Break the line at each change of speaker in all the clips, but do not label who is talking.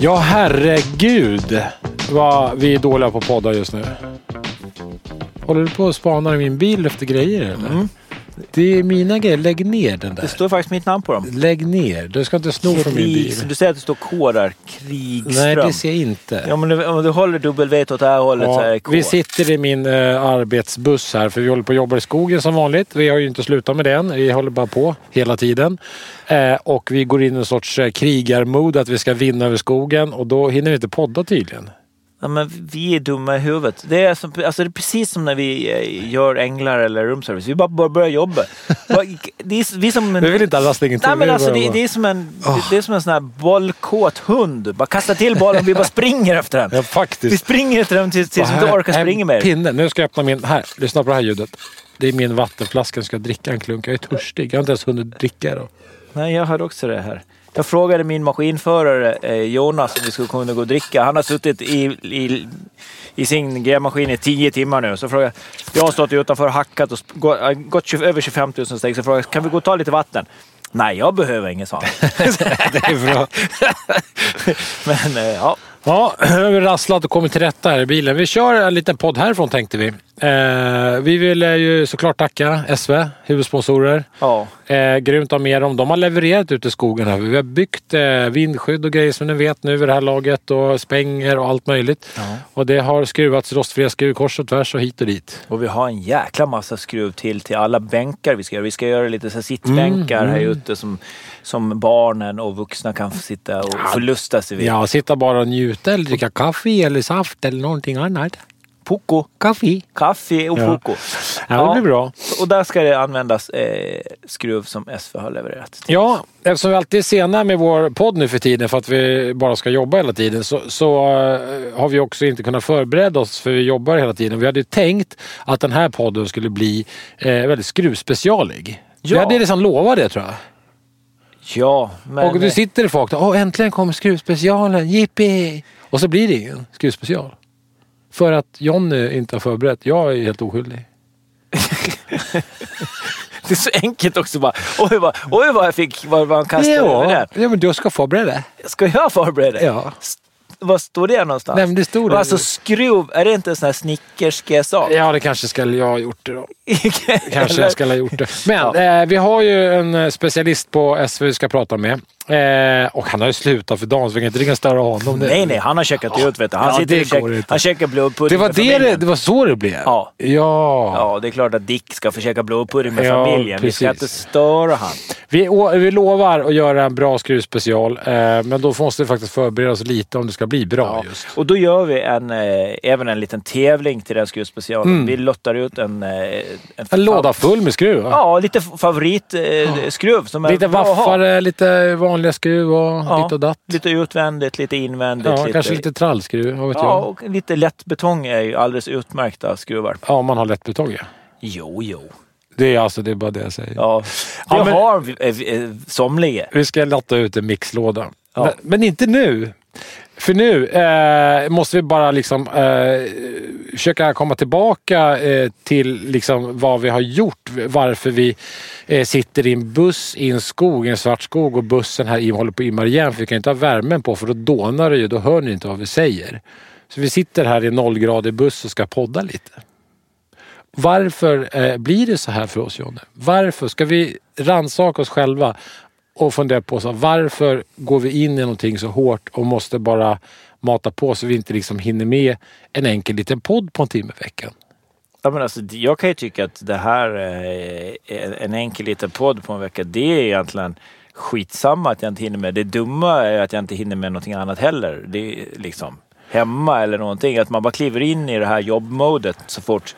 Ja, herregud vad vi är dåliga på att podda just nu. Håller du på och spanar i min bil efter grejer eller? Det är mina grejer. Lägg ner den
Det
där.
står faktiskt mitt namn på dem.
Lägg ner. Du ska inte sno från min
Krigs...
bil.
Du säger att det står K där. Krigström.
Nej, det ser jag inte.
Ja, men du- om du håller W åt det här hållet så är det K.
vi sitter i min eh, arbetsbuss här för vi håller på och jobbar i skogen som vanligt. Vi har ju inte slutat med den. Vi håller bara på hela tiden. Eh, och vi går in i en sorts eh, krigarmod att vi ska vinna över skogen och då hinner vi inte podda tydligen.
Ja, men vi är dumma i huvudet. Det är, som, alltså, det är precis som när vi eh, gör änglar eller roomservice. Vi bara bör- börjar jobba. Bara- det är, vi är som en,
Vi vill inte alls ingenting.
Nej,
Vi
men
vill
alltså,
bara- Ah.
det, det, är som en, det, det är som en sån här bollkåt hund. Bara kasta till bollen och vi bara springer efter den.
Ja,
Vi
faktiskt.
springer efter den tills, tills vi
Och
inte
här
orkar
är en
springa mer.
Pinne. Nu ska jag öppna min... Här, lyssna på det här ljudet. Det är min vattenflaska. Jag ska dricka en klunk. Jag är törstig. Jag har inte ens hunnit dricka då.
Nej, jag hörde också det här. Jag frågade min maskinförare eh, Jonas om vi skulle kunna gå och dricka. Han har suttit i, i, i sin grävmaskin i tio timmar nu. Så frågade jag, jag har stått utanför och hackat och sp- gå- äh, gått 20, över 25 000 steg. Så frågade jag, kan vi gå och ta lite vatten? Nej, jag behöver inget sånt.
Det är bra.
Men eh, ja,
Ja, nu har vi rasslat och kommit till rätta här i bilen. Vi kör en liten podd härifrån tänkte vi. Eh, vi vill eh, ju såklart tacka SV, huvudsponsorer.
ja.
Eh, grymt av med dem. De har levererat ute i skogen. Här. Vi har byggt eh, vindskydd och grejer som ni vet nu vid det här laget och spänger och allt möjligt. Och det har skruvats rostfria skruv kors och tvärs och hit och dit.
Och vi har en jäkla massa skruv till till alla bänkar vi ska göra. Vi ska göra lite så här sittbänkar
Mm,
här ute som, som barnen och vuxna kan sitta och förlusta sig vid.
Ja, sitta bara och njuta eller dricka kaffe eller saft eller någonting annat.
Poco,
Kaffe.
kaffe och
Ja.
poco.
Ja, det blir bra.
Och där ska det användas eh, skruv som SV har levererat.
Ja, eftersom vi alltid är sena med vår podd nu för tiden för att vi bara ska jobba hela tiden så, så eh, har vi också inte kunnat förbereda oss för vi jobbar hela tiden. Vi hade ju tänkt att den här podden skulle bli eh, väldigt skruvspecialig. Vi
Ja.
hade liksom lovat det tror jag.
Ja, men... eh,
och du sitter i folk och Åh, äntligen kommer skruvspecialen, jippi! Och så blir det ingen skruvspecial. För att Jonny inte har förberett. Jag är helt oskyldig.
det är så enkelt också bara. Oj vad, oj, vad jag fick, vad vad han kastade över där.
ja, men du ska förbereda.
Ska jag förbereda?
Ja.
S- Vad står det någonstans?
Nej, men det stod det.
Alltså skruv, är det inte en sån här snickerska sak?
Ja, det kanske skulle jag ha gjort det då. Kanske jag skulle ha gjort det. Men eh, vi har ju en eh, specialist på SV vi ska prata med. Eh, och han har ju slutat för dagen så vi kan inte ringa och störa honom. nu.
Nej, nej, han har checkat ut vet du. Han
Ja,
sitter
det
och check,
går inte.
Han checkar blodpudding
Det var,
med
det, det,
familjen.
det var så det blev?
Ja.
ja.
Ja, det är klart att Dick ska få käka blodpudding med
Ja,
familjen. Vi ska
precis.
inte störa han.
Vi, å- vi lovar att göra en bra skruvspecial. Eh, men då måste vi faktiskt förbereda oss lite om det ska bli bra. Just.
Och då gör vi en, eh, även en liten tävling till den skruspecialen. Vi lottar ut en... eh, En,
Mm. En låda full med skruv. va?
Ja, lite favoritskruv. Eh, skruv som är
Lite
bra att ha.
vaffare, lite vanliga skruv och
Ja,
ditt och datt.
Lite utvändigt, lite invändigt.
Ja, kanske lite trallskruv. Vad vet
Ja,
jag.
och lite lätt betong är ju alldeles utmärkta skruvar.
Ja, om man har lätt betong. Ja.
Jo, jo.
Det är alltså det är bara det jag säger.
Ja, det
Ja, men-
har vi- eh, eh, somliga.
Vi ska latta ut en mixlåda.
Ja.
Men, men inte nu. För nu eh, måste vi bara liksom eh, försöka komma tillbaka eh, till liksom vad vi har gjort. Varför vi eh, sitter i en buss i en skog, i en svart skog och bussen här i håller på att imma igen. För vi kan inte ha värmen på för då dånar det ju. Då hör ni inte vad vi säger. Så vi sitter här i nollgradig buss och ska podda lite. Varför eh, blir det så här för oss Jonne? Varför ska vi ransaka oss själva och fundera på så, här, varför går vi in i någonting så hårt och måste bara mata på så vi inte liksom hinner med en enkel liten podd på en timme i veckan?
Ja, men alltså, jag kan ju tycka att det här, eh, en- en enkel liten podd på en vecka, det är egentligen skitsamma att jag inte hinner med. Det dumma är att jag inte hinner med någonting annat heller. Det är liksom hemma eller någonting. Att man bara kliver in i det här jobbmodet så fort,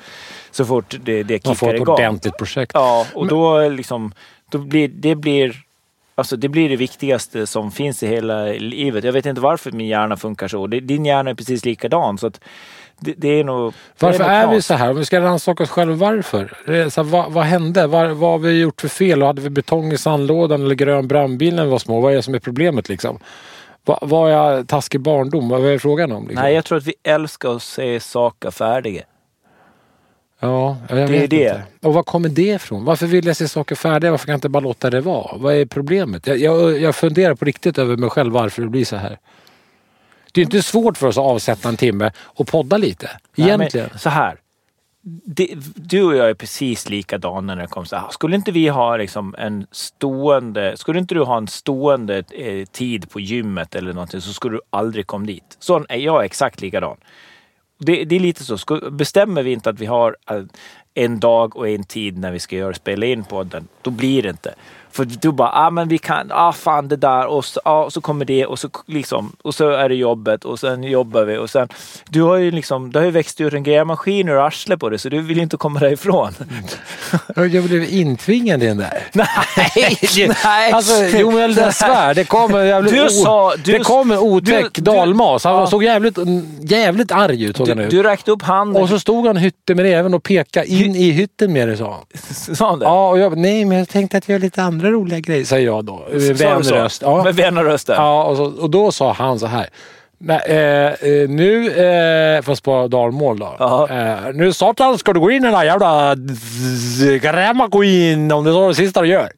så fort det, det
Man får
kickar
ett
igång.
ordentligt projekt.
Ja, och då liksom, då blir, det blir Alltså det blir det viktigaste som finns i hela livet. Jag vet inte varför min hjärna funkar så. Det- Din hjärna är precis likadan. Så att det, det är nog,
Varför
det nog
är
knas.
vi så här? Om vi ska rannsaka oss själva, varför? Det är Så här, vad, vad hände? Var, vad har vi gjort för fel? Och Hade vi betong i sandlådan eller grön brandbil när vi var små? Vad är det som är problemet liksom? Va, var jag taskig barndom? Vad är frågan om? Liksom?
Nej, jag tror att vi älskar att se saker färdiga.
Ja, jag
Det är
vet
det.
Inte. Och var kommer det ifrån? Varför vill jag se saker färdiga? Varför kan jag inte bara låta det vara? Vad är problemet? Jag, jag, jag funderar på riktigt över mig själv varför det blir så här. Det är inte svårt för oss att avsätta en timme och podda lite. Egentligen.
Nej, men så här. Det, du och jag är precis likadana när det kommer så här. Skulle inte vi ha liksom en stående... Skulle inte du ha en stående eh, tid på gymmet eller någonting så skulle du aldrig komma dit. Så är jag exakt likadan. Det, det är lite så. Sku- Bestämmer vi inte att vi har eh, en dag och en tid när vi ska göra spela in podden, då blir det inte. För du bara, ah men vi kan, ah fan det där och så, ah, och så kommer det och så k- liksom, och så är det jobbet och sen jobbar vi och sen. Du har ju liksom, det har ju växt ut en grävmaskin ur arslet på dig så du vill ju inte komma därifrån.
Mm. Jag blev intvingad i den där.
Nej! nej.
Alltså, Joel, jag svär. Det kom en jävligt
Du sa- du-
det kom en otäck
du- du-
dalmas. Han
Ja.
såg jävligt, jävligt arg ut. Såg han
du,
ut.
du räckte upp handen,
Och så stod han hytte med även och pekade in i hytten med det sa han.
sa han det?
Ja, och jag nej men jag tänkte att jag gör lite andra roliga grejer, säger jag då. Ur
Sa du
vän
så?
röst. Ja,
Med vänrösten?
ja och, så, och då sa han så här. Nej, eh, eh, nu, eh, fast på dalmål då.
Ja.
Eh, nu satan ska du gå in i den här jävla z- grävmaskinen om det är det sista du gör.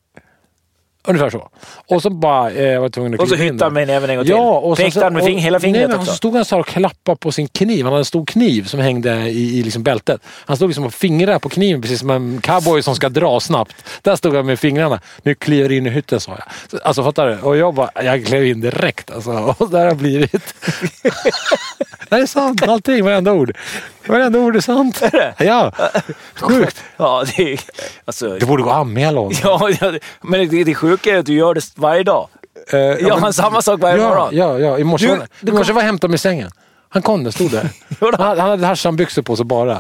Ungefär så. Och så bara, eh, jag var tvungen att
Och så
kliva in
hyttade
där.
han mig även en gång till.
Ja, och sen-
Pekade han med
och-
fing, hela
nej,
fingret
men
också.
Han stod han så här och klappade på sin kniv. Han hade en stor kniv som hängde i, i liksom bältet. Han stod liksom och fingrade på kniven precis som en cowboy som ska dra snabbt. Där stod han med fingrarna. Nu kliver in i hytten sa jag. Så- Alltså fattar du? Och jag bara, jag klev in direkt alltså. Och där har jag blivit. det är sant. Allting, varenda ord. Varenda ord är sant. Är det? Ja. Sjukt.
Ja, det är... Alltså,
Det borde gå att anmäla honom.
ja, ja, det- men det, det sjuka är att du gör det varje dag.
Eh,
Jag har
men-
samma sak varje
ja,
morgon.
Ja, ja. I morse,
Du-
var- i morse var jag hämtade mig i sängen. Han kom där, stod där.
Gjorde han?
han, han hade haschanbyxor på sig bara.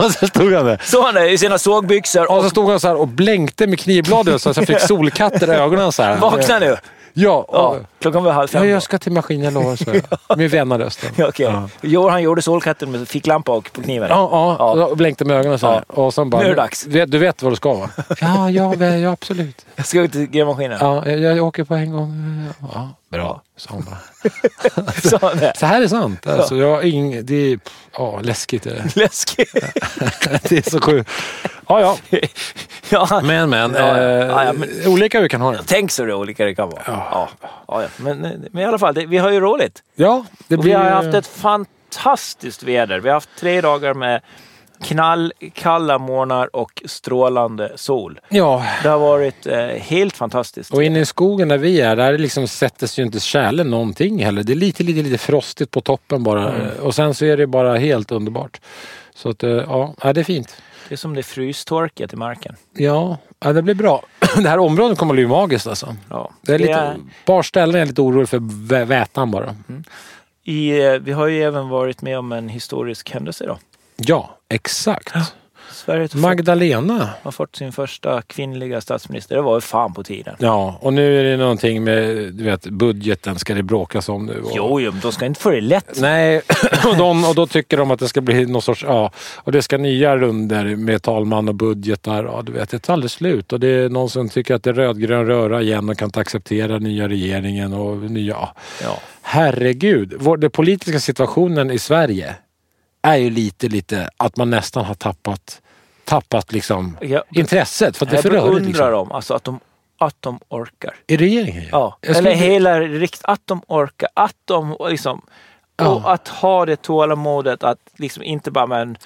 och så stod han där.
Så han är i sina sågbyxor
Och
och
så stod han så här och blänkte med knivbladet så att jag fick solkatter i ögonen. Så här.
vaknar nu.
Ja, och,
Ja, klockan var halv
ja,
fem.
jag ska till maskinen, jag lovar, så jag. Med vänarrösten.
Ja, okej. Jo, han gjorde solkatten med ficklampa och på kniven.
Ja, ja. Och blänkte med ögonen så här. Och sen bara,
Nu är det dags.
Du, vet- du vet vad du ska va? Ja, ja, väl, ja absolut.
Jag ska ut till grävmaskinen.
Ja, jag, jag åker på en gång. Ja, bra, sa hon bara.
Så han är
Så här är sant. Alltså, jag har ing... Det är... Ja, läskigt är det.
läskig.
det är så sjukt. Ja, ja.
ja.
Men, men.
Ja, ja.
eh,
Ja, ja, men-
Olika hur vi kan ha det.
Tänk så det olika det kan vara. Ja. Ja, ja. Men, men i alla fall, det, vi har ju roligt.
Ja, det
Och vi har haft ett fantastiskt väder. Vi har haft tre dagar med knallkalla morgnar och strålande sol.
Ja,
Det har varit eh, helt fantastiskt.
och inne i skogen där vi är, där liksom sätter sig ju inte tjälen någonting heller. Det är lite, lite, lite frostigt på toppen bara. Eh, Och sen så är det bara helt underbart. Så att, eh, ja, ja, det är fint.
Det är som det är frystorket i marken.
Ja, ja det blir bra. det här området kommer att bli magiskt alltså.
Ja.
Det är Mm. lite,
Det är-
Ett par ställen är jag lite orolig för vä- vätan bara.
I, eh, vi har ju även varit med om en historisk händelse idag.
Ja, exakt.
Sverige har fått,
Magdalena.
har fått sin första kvinnliga statsminister. Det var ju fan på tiden.
Ja, och nu är det någonting med du vet, budgeten ska det bråkas om nu. Och,
Jo, jo, men de ska inte få det lätt.
Nej, och, de, och då tycker de att det ska bli någon sorts, ja, och det ska nya runder med talman och budgetar. Ja, du vet, det tar aldrig slut och det är någon som tycker att det är rödgrön röra igen och kan inte acceptera nya regeringen och nya, ja.
Ja.
Herregud, vår, den politiska situationen i Sverige är ju lite, lite att man nästan har tappat, tappat liksom
Jag,
intresset för att det är
jag
för
beundrar
rörigt. Liksom.
dem, alltså att de, att de orkar.
I regeringen ju.
Ja,
Jag
eller
skulle-
hela rikt att de orkar, att de liksom... Och
Ja.
att ha det tålamodet att liksom inte bara men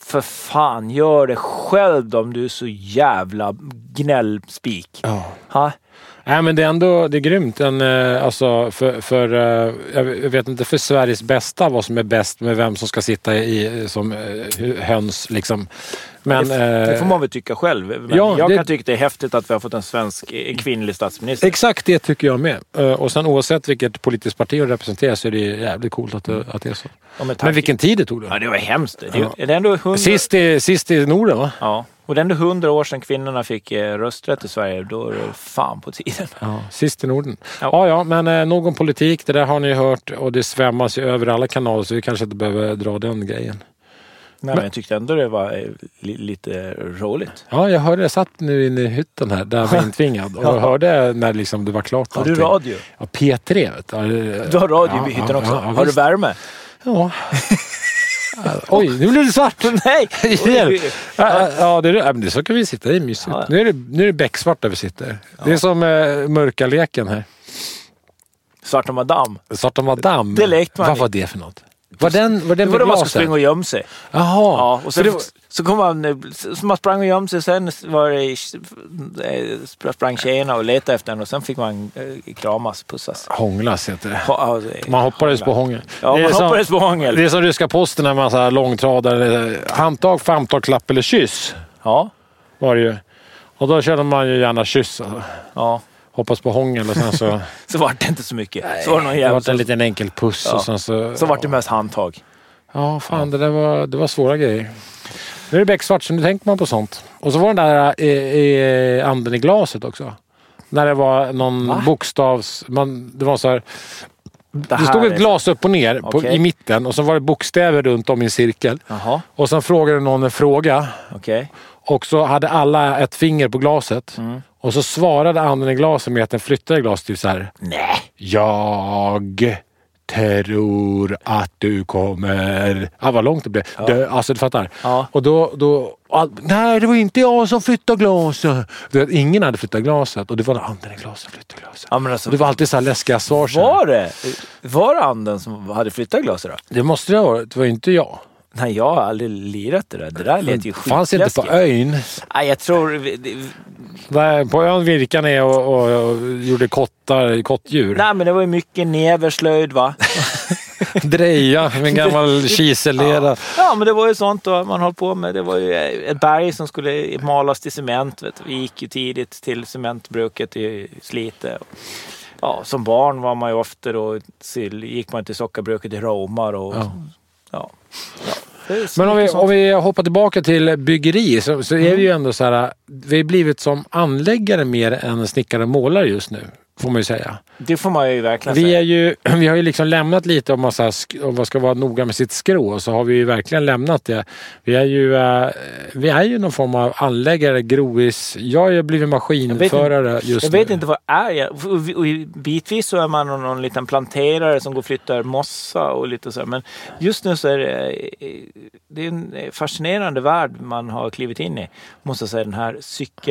för fan, gör det själv om du är så jävla gnällspik.
Ja.
Ha?
Nej, men det är ändå det är grymt. En, eh, alltså, för, för, eh, jag vet inte för Sveriges bästa vad som är bäst med vem som ska sitta i, eh, som eh, hu- höns. Liksom. Men,
det, det får
eh,
man väl tycka själv. Men
ja,
jag
det-
kan tycka det är häftigt att vi har fått en svensk en kvinnlig statsminister.
exakt det tycker jag med. Eh, Och sen oavsett vilket politiskt parti hon representerar så är det jävligt coolt att, det- att det är så.
Ja, men Mm. tack.
Men vilken tid det tog då.
Ja, det var hemskt. Det, är- det är ändå hundra...
Sist i, sist i Norden va?
Ja. Och det är ändå hundra år sedan kvinnorna fick eh, rösträtt i Sverige. Då är det fan på tiden.
Ja, sist i Norden. Ja,
Ja.
ja, men eh, någon politik, det där har ni ju hört och det svämmas ju över alla kanaler så vi kanske inte behöver dra den grejen.
Nej, men jag tyckte ändå det var eh, li, lite roligt.
Ja, jag hörde. Jag satt nu inne i hytten här där jag var intvingad och jag hörde när liksom det var klart.
Har du
allting.
radio?
Ja, P3 vet du. Ja, det-
Du har radio
Ja,
i hytten
ja,
också.
ja,
har du
visst.
värme?
Ja. Oj, nu blev det svart!
Nej!
Igen. Ja, ja, det är, ja, men det är så kan vi sitta. Det är mysigt.
Ja.
Nu är det, nu är det becksvart där vi sitter. Det är som eh, mörka leken här.
Svarta madam.
Svarta madam.
Det lekte man
Vad
i.
var det för något? Var den, var
Det
den
var
med
då man skulle
glasen?
springa och gömma sig.
Jaha.
Ja, och
För
sen,
det var-
så kom man, eh, så man sprang och gömde sig, sen var det, eh, spr- sprang tjejerna och letade efter en och sen fick man eh, kramas, pussas.
Hånglas heter det.
Ha- ha- eh,
Man hoppades på hångel.
Ja,
Det är
man
som-
hoppades på hångel.
Det är som ryska posten när man så här långtradare. eh, Handtag, famtag, klapp eller kyss
Ja,
var det ju. Och då körde man ju gärna kyss. Alltså.
ja.
Hoppas på hångel och sen så...
Så var det inte så mycket. så var det någon
det
jävel
var en
som,
liten enkel puss
Ja.
och sen så...
så var det mest handtag.
Ja, fan det där var, det var svåra grejer. Nu är det becksvart så nu tänker man på sånt. Och så var den där eh, eh, anden i glaset också. När det var någon
Va?
bokstavs... Man, det var så här,
Det,
det
här
stod
är-
ett glas upp och ner på,
Okej.
i mitten och så var det bokstäver runt om i en cirkel.
Jaha,
Och sen frågade någon en fråga
okej.
och så hade alla ett finger på glaset.
Mm.
Och så svarade anden i glaset med att den flyttade glaset typ så här.
Nej.
Jag tror att du kommer... Ah, vad långt det blev. Dö, alltså du fattar.
Ja.
Och då... då ah, nej, det var inte jag som flyttade glaset. Du vet, ingen hade flyttat glaset och det var den andra i glaset som flyttade glaset.
Ja, men alltså,
Och det var alltid så här läskiga svar. sen.
var det? Var det anden som hade flyttat glaset då?
Det måste det ha varit. Det var inte jag.
Nej, jag har aldrig lirat det där. Det där lät ju
Det fanns inte på
skitläskigt.
ön.
Nej, jag tror... vi- det-
Där på ön virkade ni och, och, och gjorde kottar, kottdjur.
Nej, men det var ju mycket näverslöjd va?
Dreja med gammal kisellera.
Ja, men det var ju sånt då man höll på med. Det var ju eh, ett berg som skulle malas till cement. Vet du. Vi gick ju tidigt till cementbruket i Slite. Ja, som barn var man ju ofta då, till, gick man till sockerbruket i Romar och
Ja.
ja. ja. Det är så
Men om vi,
mycket sånt.
om vi hoppar tillbaka till byggeri så, så är det
Mm.
ju ändå så här. Vi har blivit som anläggare mer än snickare och målare just nu. Får man ju säga.
Det får man ju verkligen
Vi,
säga.
är ju, vi har ju liksom lämnat lite om man, så här, sk- om man ska vara noga med sitt skrå. Så har vi ju verkligen lämnat det. Vi är ju, eh, vi är ju någon form av anläggare, grovis. Jag har ju blivit maskinförare just
Jag vet
nu.
inte vad är jag och, och, och Bitvis så är man någon, någon liten planterare som går och flyttar mossa och lite så. här. Men just nu så är det, eh, det är en fascinerande värld man har klivit in i. Måste jag säga den här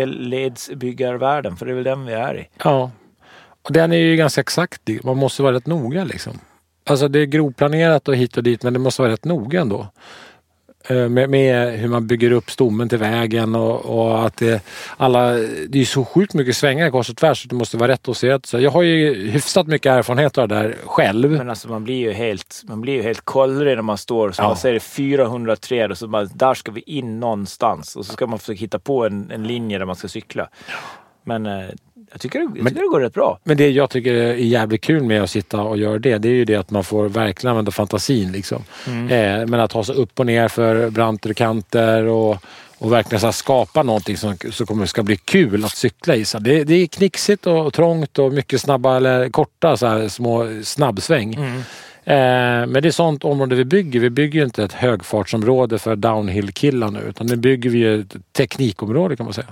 cykelledsbyggarvärlden, för det är väl den vi är i.
Ja. Och den är ju ganska exakt. Man måste vara rätt noga liksom. Alltså det är grovplanerat och hit och dit men det måste vara rätt noga ändå. Eh, Med, med hur man bygger upp stommen till vägen och, och att det, alla, det är så sjukt mycket svängar kors och tvärs så det måste vara rätt och rätt. Så jag har ju hyfsat mycket erfarenhet av det där själv.
Men alltså man blir ju helt, man blir ju helt kollrig när man står, som
Ja.
man säger, 403 och så bara, där ska vi in någonstans. Och så ska man försöka hitta på en, en linje där man ska cykla. Men eh, jag tycker, det- jag tycker
Men-
det går rätt bra.
Men det jag tycker är jävligt kul med att sitta och göra det, det är ju det att man får verkligen använda fantasin. Liksom. Eh, men att ta sig upp och ner för branter och kanter och, och verkligen så här skapa någonting som, som kommer, ska bli kul att cykla i. Så det, det är knixigt och trångt och mycket snabba eller korta så här, små snabbsväng. Eh, men det är sånt område vi bygger. Vi bygger ju inte ett högfartsområde för downhill-killar nu, utan nu bygger vi ju ett teknikområde kan man säga.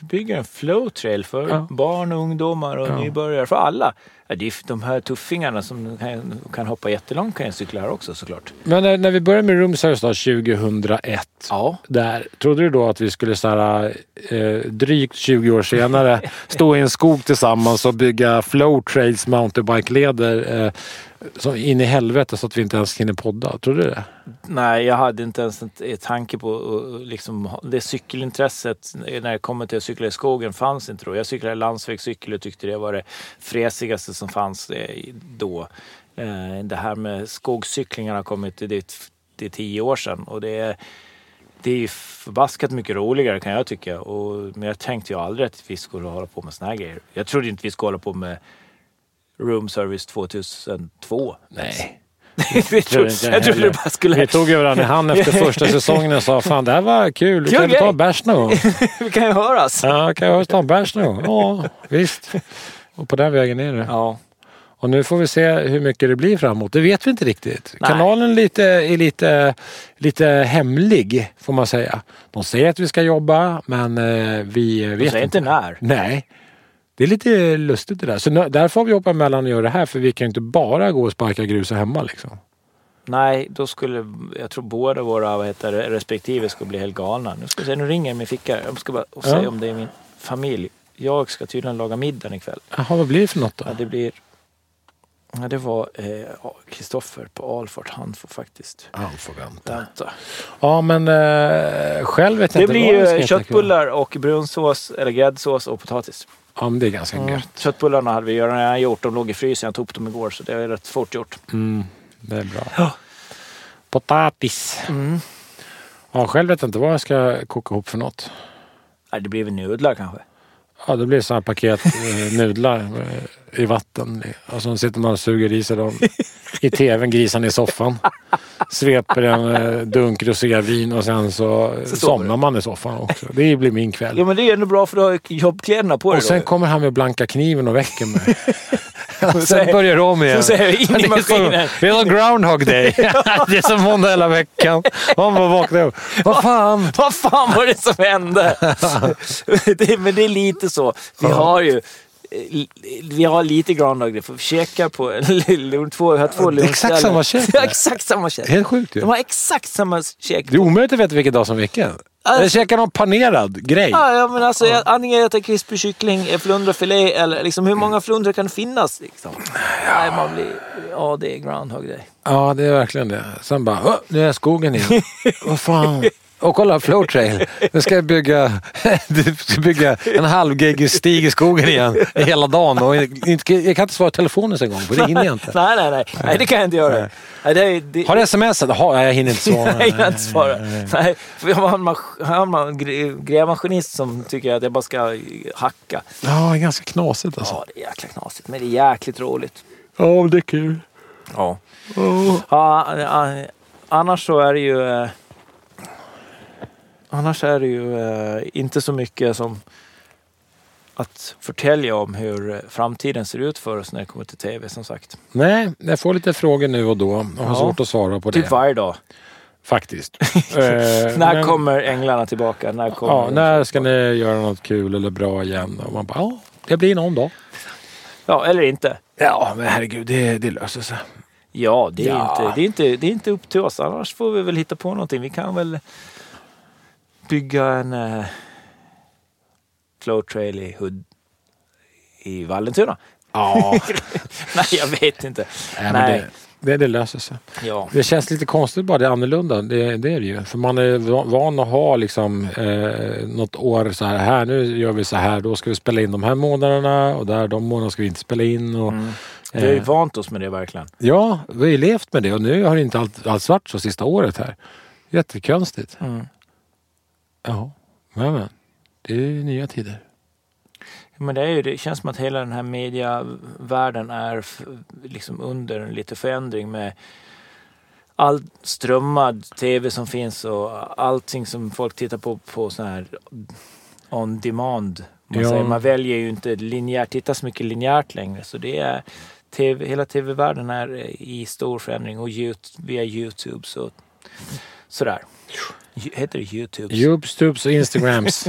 Vi bygger en flow trail för
Ja.
barn och ungdomar och
Ja.
nybörjare, för alla. Ja, det är ju de här tuffingarna som kan, kan hoppa jättelångt kan ju cykla här också såklart.
Men när, när vi började med Room Service då, 2001,
Ja.
där. Trodde du då att vi skulle så här, eh, drygt 20 år senare stå i en skog tillsammans och bygga flow trails mountainbike-leder eh, som in i helvete så att vi inte ens hinner podda? Tror du det?
Nej, jag hade inte ens en, en tanke på att- att liksom, ha- det cykelintresset när det kommer till att cykla i skogen fanns inte då. Jag cyklade landsvägscykel och tyckte det var det fräsigaste som fanns eh, i- då. Eh, Det här med skogscyklingar har kommit, det är, ett- det är tio år sedan och det är, det är ju förbaskat mycket roligare kan jag tycka. Och, men jag tänkte ju aldrig att vi skulle hålla på med såna här grejer. Jag trodde inte vi skulle hålla på med Room Service 2002.
Nej.
jag trodde,
inte jag
jag trodde
heller.
det bara skulle
Vi tog ju varandra i hand efter första säsongen och sa fan det här var kul. Vi kan
Kul
vi ta
grej."
en bärs någon gång?
Vi kan ju höras.
Ja, kan jag ta en bärs någon gång? Ja, visst. Och på den vägen är det.
Ja.
Och nu får vi se hur mycket det blir framåt. Det vet vi inte riktigt.
Nej.
Kanalen lite, är lite, lite hemlig, får man säga. De säger att vi ska jobba, men eh, vi vet
Jag säger inte när.
Nej. Det är lite lustigt det där. Så nu, därför har vi hoppat mellan och göra det här, för vi kan ju inte bara gå och sparka grus hemma. Liksom.
Nej, då skulle jag tror båda våra vad heter, det, respektive skulle bli helt galna. Nu ska vi se, nu ringer min ficka. Jag ska bara och
Ja.
säga om det är min familj. Jag ska tydligen laga middagen ikväll.
Jaha, vad blir det för något då?
Ja, det blir... Ja, det var Kristoffer på Alfort. Han får faktiskt
Han får vänta.
vänta.
Ja, men eh, själv vet jag
Det
inte. vad jag
blir
ska
ju
heta.
köttbullar och brunsås eller gräddsås och potatis.
Ja, men det är ganska
Mm.
gött.
Köttbullarna hade vi redan gjort. De låg i frysen. Jag tog upp dem igår så det är rätt fort gjort.
Mm, det är bra.
Ja.
Potatis.
Mm.
Ja, själv vet jag inte vad jag ska koka ihop för något.
Ja, det blir väl nudlar kanske.
Ja, det blir sådana här paket eh, nudlar eh, i vatten. Och så sitter man och suger i sig dem i tvn, grisarna i soffan. Sveper en eh, dunk rosévin och sen så, eh,
Så sover
somnar man i soffan också. Det blir min kväll.
Jo men det är ändå bra för du har ju jobbkläderna på dig
Och sen
då.
kommer han med blanka kniven och väcker mig. Och sen
säger-
börjar det om igen.
Så säger jag in i
Det är, som,
maskinen.
det är som Groundhog Day. Det är som måndag hela veckan. Man bara vaknar upp. Vad fan!
Vad fan var det som hände? det, men det är lite så. Vi har ju eh, vi har lite grandlag. För vi käkar på lunch två, vi har två
det är exakt
lunchställen.
samma käk.
Det är exakt samma käk.
Helt sjukt ju.
De har exakt samma käk.
Det är omöjligt att veta vilken dag som vilken. Jag käkar någon panerad grej.
Ja, ja, men alltså, jag, antingen äter jag krispig kyckling, eh, flundrafilé eller liksom, hur många flundror kan det finnas? Liksom? Nej, man blir... Ja, det är Groundhog Day.
Ja, det är verkligen det. Sen bara, "Åh, nu är jag i skogen igen. Vad fan. Och kolla, flow trail. Nu ska jag bygga, du ska bygga en halvgeggig stig i skogen igen hela dagen. Och jag, inte- jag kan inte svara i telefonen en gång, för det hinner jag inte.
Nej, nej, nej. Nej, det kan jag inte göra. Nej, det är, det,
Har du smsat? Jaha, nej, jag hinner inte svara.
Nej, jag har inte svarat. Nej, för jag har en, mas- jag har en ma- gre- grävmaskinist som tycker att jag bara ska hacka.
Ja, det är ganska knasigt alltså.
Ja, det är jäkla knasigt, men det är jäkligt roligt.
Ja, det är kul.
Ja. ja eh, annars så är det ju... eh, Annars är det ju eh, inte så mycket som att förtälja om hur eh, framtiden ser ut för oss när det kommer till tv, som sagt.
Nej, jag får lite frågor nu och då. Jag har
Ja.
svårt att svara på det.
Typ varje dag.
Faktiskt. Eh,
när
men-
kommer änglarna tillbaka? När kommer
Ja,
de?
när ska ni göra något kul eller bra igen? Och man bara, ja, det blir någon dag.
ja eller inte.
Ja, men herregud, det, det löser sig.
Ja, det är,
Ja.
Inte, det, är inte, det är inte upp till oss. Annars får vi väl hitta på någonting. Vi kan väl bygga en eh, flow trail i, Hud, i Vallentuna.
Ja,
Nej, jag vet inte.
nej, men
Nej.
det, det, det löser sig.
Ja.
Det känns lite konstigt bara, det är annorlunda. Det, det är det ju. För man är va- van att ha liksom eh, något år så här, här, nu gör vi så här, då ska vi spela in de här månaderna och där, de månaderna ska vi inte spela in. Och,
Mm. Vi har ju
eh,
vant oss med det verkligen.
Ja, vi har ju levt med det och nu har det inte allt- alls varit så sista året här. Jättekonstigt. Ja, men, men det är ju nya tider.
Men det, är ju, det känns som att hela den här mediavärlden är f- liksom under en liten förändring med all strömmad tv som finns och allting som folk tittar på på sån här on demand. Man,
Ja.
säger, man väljer ju inte linjärt, tittar så mycket linjärt längre. Så det är TV, hela tv-världen är i stor förändring och Yout- via Youtube så sådär. Ju- Heter det Youtube?
Youtubes, Tubes och Instagrams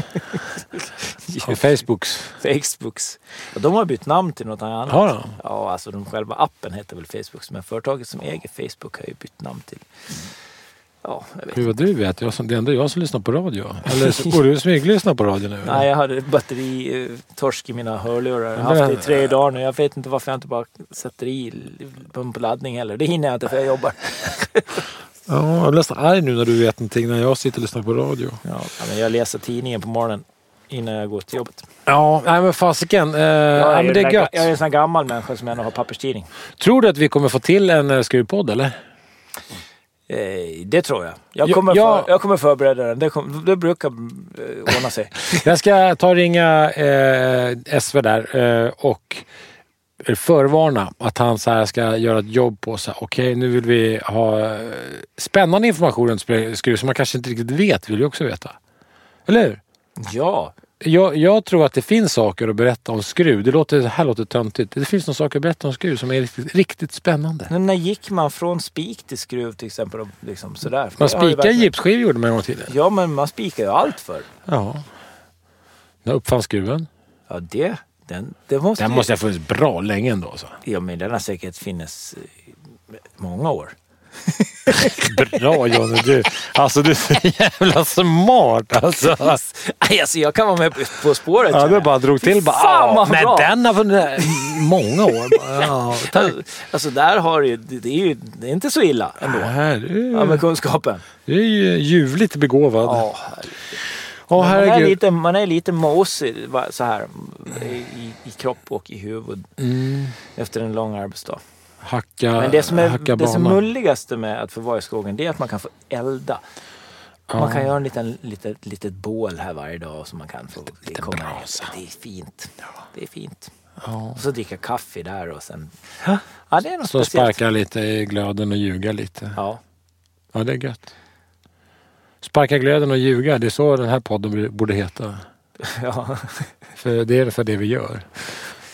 och Facebooks.
Facebooks. Och de har bytt namn till något annat.
Har de?
Ja, alltså de själva appen heter väl Facebooks, men företaget som äger Facebook har ju bytt namn till... Ja, jag vet.
Gud vad du vet. Jag som, det är ändå jag som lyssnar på radio. Eller så går du och smyglyssnar på radio nu?
Nej, jag hade batteritorsk i mina hörlurar. Jag har
Men-
haft det i tre dagar nu. Jag vet inte varför jag inte bara sätter i pump på laddning heller. Det hinner jag inte för jag jobbar.
Ja, jag blir nästan arg nu när du vet någonting när jag sitter och lyssnar på radio.
Ja, men jag läser tidningen på morgonen innan jag går till jobbet.
Ja, nej men fasiken. Eh,
jag,
ja, men det
den
är
här-
gött.
jag är en sån här gammal människa som ändå har papperstidning.
Tror du att vi kommer få till en eh, skruvpodd eller?
Eh, det tror jag. Jag
Ja,
kommer,
ja.
För, jag kommer förbereda den. Det, kom, det brukar eh, ordna sig.
Jag ska ta och ringa eh, SV där eh, och förvarna att han så här ska göra ett jobb på sig. Okej, nu vill vi ha eh, spännande information runt spel- skruv som man kanske inte riktigt vet, vill ju också veta. Eller hur?
Ja,
Jag, jag tror att det finns saker att berätta om skruv. Det, låter, det här låter töntigt. Det finns några saker att berätta om skruv som är riktigt, riktigt spännande.
men när gick man från spik till skruv till exempel? och Liksom sådär.
Man
Det har ju
spikade
verkligen-
gipsskivor gjorde man en gång i tiden.
Ja, men man spikar ju allt för.
Ja. När uppfann skruven?
Ja, det, den, det måste,
Den
ju-
alltså. måste ha funnits bra länge ändå. Så.
Ja, men den har säkert funnits i många år.
Bra Johnny, du. Alltså du är så jävla smart alltså.
Nej, alltså jag kan vara med På spåret.
Ja,
känner
du
jag.
bara drog till. Bara,
Fan,
"Ah,
vad
men
bra."
den har funnits i många år. Bara, Ja, tack.
Alltså, Alltså där har du, det det är ju det är inte så illa ändå.
Här, du,
Ja, med kunskapen.
du är ju ljuvligt begåvad. Ja,
Ja, herregud. man, är
herregud.
lite, man är lite mosig va, så här i, i kropp och i huvud
Mm,
efter en lång arbetsdag.
hacka,
Men det som
hacka
är det som
bana.
mulligaste med att få vara i skogen det är att man kan få elda. Man kan göra en liten, liten, litet bål här varje dag som man kan få det komma i.
brasa.
Det är fint. Det är fint.
Ja.
Och så dricka kaffe där och sen... Ja, det är något
Så
speciellt.
sparka lite i glöden och ljuga lite.
Ja.
Ja, det är gött. Sparka glöden och ljuga, det är så den här podden borde heta.
ja.
För det är ungefär det vi gör.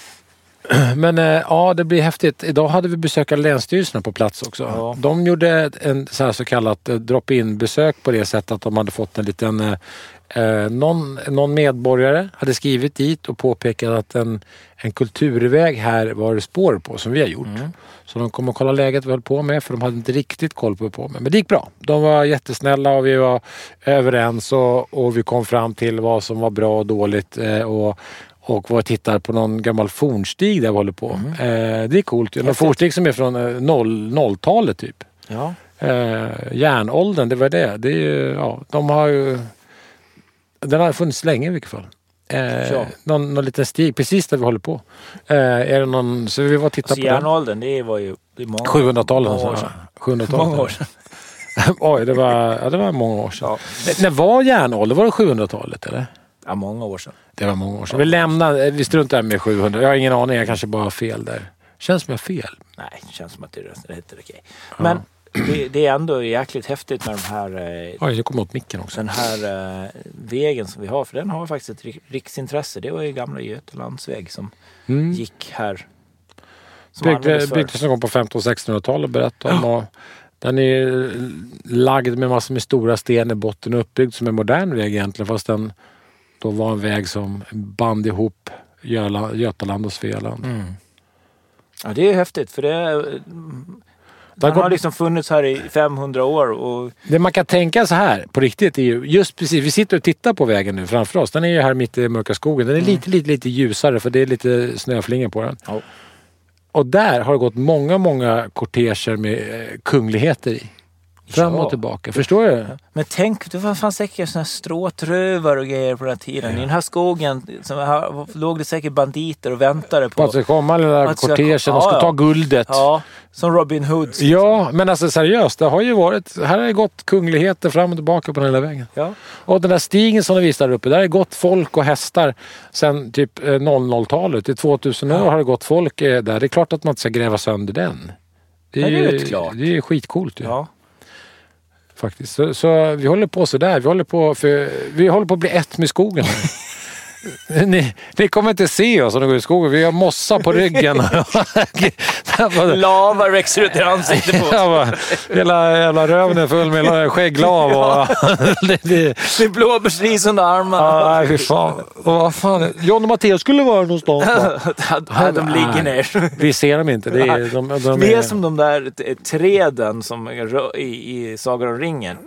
Men eh, ja, det blir häftigt. Idag hade vi besök av Länsstyrelsen på plats också.
Ja.
De gjorde en så, här så kallat eh, drop-in besök på det sättet att de hade fått en liten... eh, Eh, någon, någon medborgare hade skrivit dit och påpekat att en, en kulturväg här var det spår på som vi har gjort. Så de kom och kollade läget vi höll på med för de hade inte riktigt koll på vad vi höll på med. Men det gick bra. De var jättesnälla och vi var överens och, och vi kom fram till vad som var bra och dåligt. Eh, och, och var och tittade på någon gammal fornstig där vi håller på.
Mm.
Eh, det är coolt. Någon fornstig som är från eh, noll- 0-talet typ.
ja.
Eh, järnåldern, det var det. det är ju, ja, de har ju... Den har funnits länge i vilket fall. Eh,
Ja.
någon, någon liten stig precis där vi håller på. Eh, är det någon, så vi var och tittade
Alltså
på den.
järnåldern, det var ju... Det är många,
700-talet.
många år
alltså.
sedan.
700-talet.
Många år sedan.
Oj, det var, ja, det var många år sedan.
Ja.
Eh, När var järnåldern? Var det 700-talet eller?
Ja, många år sedan.
Det var många år sedan. Vi lämnar, eh, vi struntar med 700. Jag har ingen aning, jag kanske bara har fel där. Känns som jag har fel.
Nej, det känns som att det är det heter okej. Men det, det är ändå jäkligt häftigt med de här, eh,
Oj, jag kom åt micken också.
den här eh, vägen som vi har. För den har faktiskt ett rik- riksintresse. Det var ju gamla Götalandsväg som
Mm.
gick här. Som
Byggde,
användes förr.
byggdes någon gång på 1500-1600-talet berättade om. Och den är ju lagd med massor med stora stenar i botten och uppbyggd som en modern väg egentligen. Fast den då var en väg som band ihop Göla, Götaland och Svealand.
Mm. Ja, det är häftigt. För det, är-
Det har
den har
gått-
liksom funnits här i 500 år. Och,
Det man kan tänka så här på riktigt är ju just precis, vi sitter och tittar på vägen nu framför oss. Den är ju här mitt i mörka skogen. Den är lite, lite, lite ljusare för det är lite snöflingor på den.
Mm. Ja.
Och där har det gått många, många korteger med eh, kungligheter i. Fram
Ja.
och tillbaka. Förstår du?
Men tänk, det fanns säkert såna här stråtrövar och grejer på den här tiden. I den här skogen som här, låg det säkert banditer och väntade
På
på...
att det kommer den där
Att söka-
kortegen och ska
Ja, ja.
ta guldet. Ja.
Ja, som Robin Hoods.
men alltså seriöst, det har ju varit... Här har det gått kungligheter fram och tillbaka på den hela vägen.
Ja.
Och den där stigen som de visar där uppe, där har det gått folk och hästar sedan typ eh, 00-talet. I 2000 år har det gått folk eh, där. Det är klart att man inte ska gräva sönder den. Det
Nej, det är
ju
ju klart.
det är ju skitcoolt ju,
Ja.
faktiskt. Så, så vi håller på sådär. Vi håller på, för, vi håller på att bli ett med skogen. ni, ni kommer inte se oss om ni går i skogen. Vi har mossa på ryggen.
Lava växer ut i ansiktet på oss.
Ja, va. hela jävla röven är full med skägglav. Och, det, det,
Det är blåbärsris under armarna.
ja, nej, fy fan. Och vad fan. John och Mattias skulle vara någonstans. va?
Ja, de ligger ner.
Vi ser dem inte. Det är, de, de,
Vi är som de där t- träden som är rö- i, i Sagan om ringen.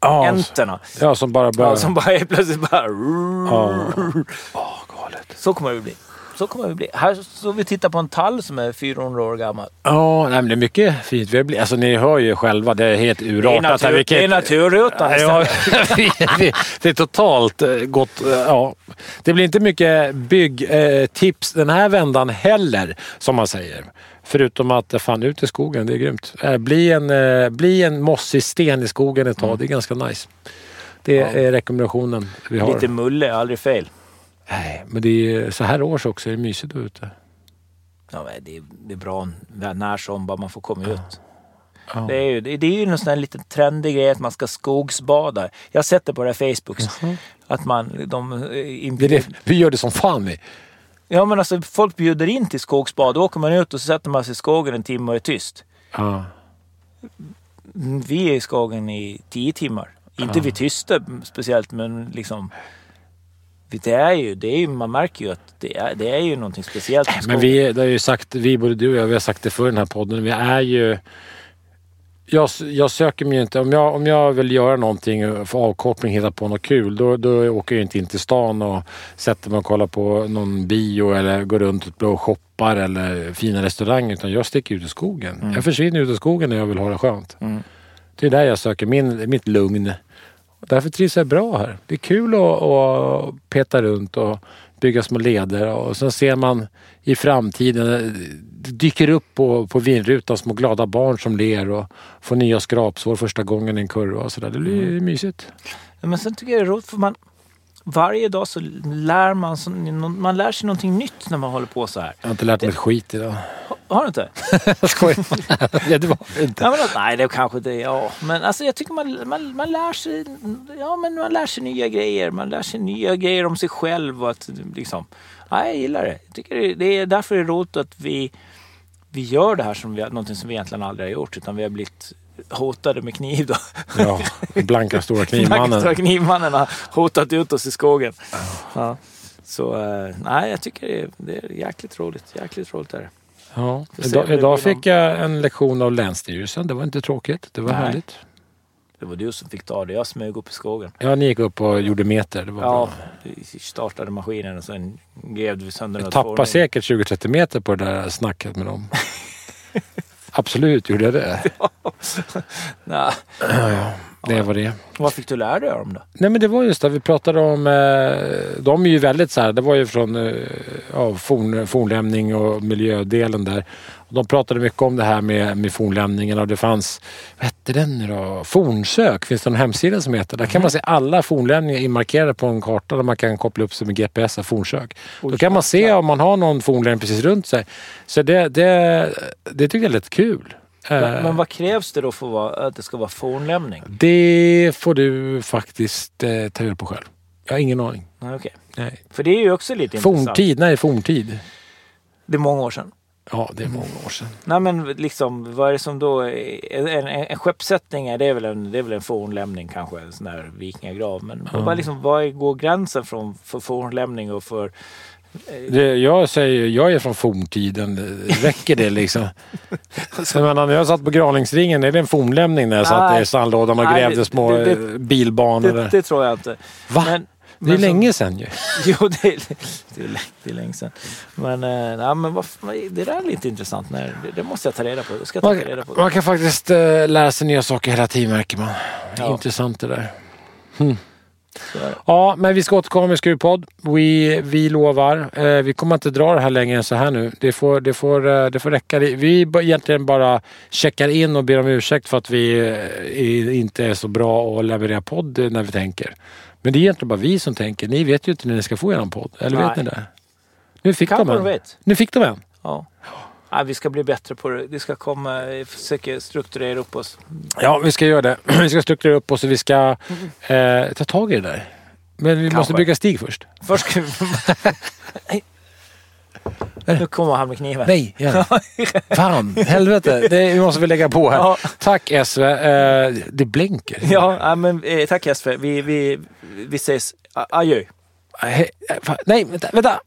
ja, s-
Änterna.
ja, som bara börjar...
Ja, som bara helt plötsligt bara...
Ja.
Så kommer vi bli. Så kommer vi bli. Här så vi tittar på en tall som är 400 år gammal.
Ja, nej, men det är mycket fint. Vi har bli- alltså, ni hör ju själva, det är helt
Det är,
urartat. här.
natur,
Vi kan-
det är naturrutan.
Ja,
istället.
vi, vi, det är totalt eh, gott. eh, Ja. Det blir inte mycket byggtips den här vändan heller, som man säger. Förutom att eh, fan, ut i skogen, det är grymt. Eh, Bli en, eh, bli en mossig sten i skogen ett tag,
Mm.
det är ganska nice. Det är rekommendationen vi har.
Lite mulle är aldrig fel.
Nej, men det är så här års också, är det mysigt ute.
Ja, men det, är, det är bra när som bara man får komma ut.
Ja.
Det är ju, det, det är ju någon sån här liten trendig grej att man ska skogsbada. Jag har sett det på det här Facebook. Att man, de, eh,
Det är
inbjud,
det, vi gör det som fan vi.
ja, men alltså, folk bjuder in till skogsbad. Då åker man ut och så sätter man sig i skogen en timme och är tyst.
Ja.
Mm, Vi är i skogen i tio timmar. Inte vi tysta mm, speciellt, men liksom... Det är ju, det är ju, man märker ju att det är, det är ju någonting speciellt med
Men
skogen.
vi, det har ju sagt, vi både du och jag, vi har sagt det förr i den här podden, vi är ju jag, jag söker mig ju inte. Om jag, om jag vill göra någonting för avkoppling, hitta på något kul, då, då åker jag inte in till stan och sätter mig och kollar på någon bio eller går runt och shoppar eller fina restauranger. Utan jag sticker ut i skogen. Jag försvinner ut i skogen när jag vill ha det skönt. Det är där jag söker min, mitt lugn. Därför trivs jag bra här. Det är kul att, att peta runt och bygga små leder och sen ser man i framtiden, det dyker upp på, på vinrutan små glada barn som ler och får nya skrapsår första gången i en kurva och sådär. Det blir mysigt.
Men sen tycker jag det är roligt för man, varje dag så lär man, så, man lär sig någonting nytt när man håller på så här.
Jag har inte lärt mig ett skit idag.
Har, har du inte?
Jag skojar. Ja, det var det inte.
Ja, men, att- nej, det är kanske det. Ja. Men alltså, jag tycker man, man, man, lär sig, ja, men man lär sig nya grejer. Man lär sig nya grejer om sig själv. Och att, liksom, nej, jag gillar det. Jag tycker det, det är därför det är roligt att vi, vi gör det här som vi, någonting som vi egentligen aldrig har gjort. Utan vi har blivit hotade med kniv. Då.
Ja, blanka stora
Knivmannen.
knivmannen.
knivmannen har hotat ut oss i skogen. Ja. Så eh, nej, jag tycker det är, det är jäkligt roligt. Jäkligt roligt är det.
Ja.
Får se om
Idag,
det
idag
blir
fick jag en lektion av Länsstyrelsen. Det var inte tråkigt. Det var
Nej.
härligt.
Det var du som fick ta det. Jag smög upp i skogen.
Ja, ni gick upp och gjorde meter. Det var
Ja,
bra.
vi startade maskinen och sen grävde vi sönder
Jag
något
tappade
fordon.
säkert 20-30 meter på det där snacket med dem. Absolut gjorde jag det.
Nej.
Det var det.
Vad fick du lära dig av dem då?
Nej men det var just det, vi pratade om, eh, de är ju väldigt så här, det var ju från eh, ja, forn, fornlämning och miljödelen där. Och De pratade mycket om det här med, med fornlämningen och det fanns, vad hette den nu då? Fornsök, finns det någon hemsida som heter? Där kan
Mm.
man se alla fornlämningar inmarkerade på en karta där man kan koppla upp sig med GPS och fornsök. Då kan man se om man har någon fornlämning precis runt sig. Så det, det, det tycker jag är lite kul. Eh,
Men, men vad krävs det då för att vara- att det ska vara fornlämning?
Det får du faktiskt eh, ta reda på själv. Jag har ingen aning.
Nej, okej.
Nej.
För det är ju också lite intressant.
Forntid? Nej, forntid.
Det är många år sedan.
Ja, det är många år sedan.
Nej men liksom, vad är det som då... är- En, en, en skeppssättning, är det, är väl en, det är väl en fornlämning kanske, en sån här vikingagrav. Men vad, liksom, vad är- går gränsen från, för fornlämning och för...
Det, jag säger jag är från forntiden. Räcker det liksom? Jag menar, när jag satt på Granlingsringen, är det en fornlämning när jag satt
Nej.
i sandlådan och
Nej,
grävde
det-
små
det-
eh, bilbanor?
Det,
där?
det tror jag inte.
Va?
Men,
det är
men som-
länge sedan ju.
Jo, det är, det är, lä- det är länge sedan. Men, eh, nej, men vad, fan, det där är lite intressant. Nej, det, det måste jag ta reda på. Det ska jag ta
Man,
reda på.
man kan faktiskt eh, lära sig nya saker hela tiden märker man. Det är
Ja.
Intressant det där.
Så är det.
Ja, men vi ska återkomma med Skruvpodd. Vi, vi lovar. Eh, vi kommer inte dra det här längre än så här nu. Det får, det får, eh, det får räcka. Det- Vi b- egentligen bara checkar in och ber om ursäkt för att vi eh, inte är så bra att leverera podd eh, när vi tänker. Men det är egentligen bara vi som tänker. Ni vet ju inte när ni ska få er podd. Eller vet
Nej.
ni det? Nu fick de
Kanske de
en.
vet.
Nu fick de en.
Ja. Nej, vi ska bli bättre på det. Vi ska komma, eh, försöka strukturera upp oss.
Ja, vi ska göra det. Vi ska strukturera upp oss och vi ska eh, ta tag i det där. Men vi måste
Kanske.
bygga stig först.
Först ska vi... Nej. Nu kommer han med kniven.
Nej, igen. Fan, helvete. Det vi måste vi lägga på här.
Ja.
Tack SV. Eh, det blänker.
Ja, nej, men, eh, tack Jesper. Vi, vi, vi ses. A- Adjö.
Eh, eh, fan. Nej, vänta. vänta.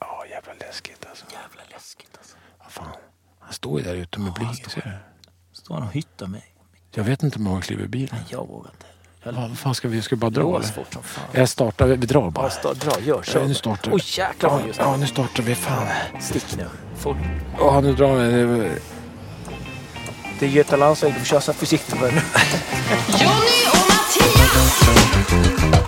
Ja, jävla läskigt alltså.
Jävla läskigt alltså.
Vad fan. Han står ju där ute med
han
blinket.
står Står han och hyttar mig?
Jag vet inte om jag kliver i bilen.
Jag vågar inte.
Vad vad fan ska vi? Ska vi bara dra?
Dra
eller?
fort som fan.
Jag startar. Vi drar bara.
Ja, stå- Dra, gör,
Ja,
kör.
nu startar vi.
Oj jäklar
Ja,
vad ljust.
ja, nu startar vi. Fan.
Stick nu. Fort.
Ja, nu drar vi.
Det är Göta landsväg, du får köra så här försiktigt bara nu.
Johnny och Mattias!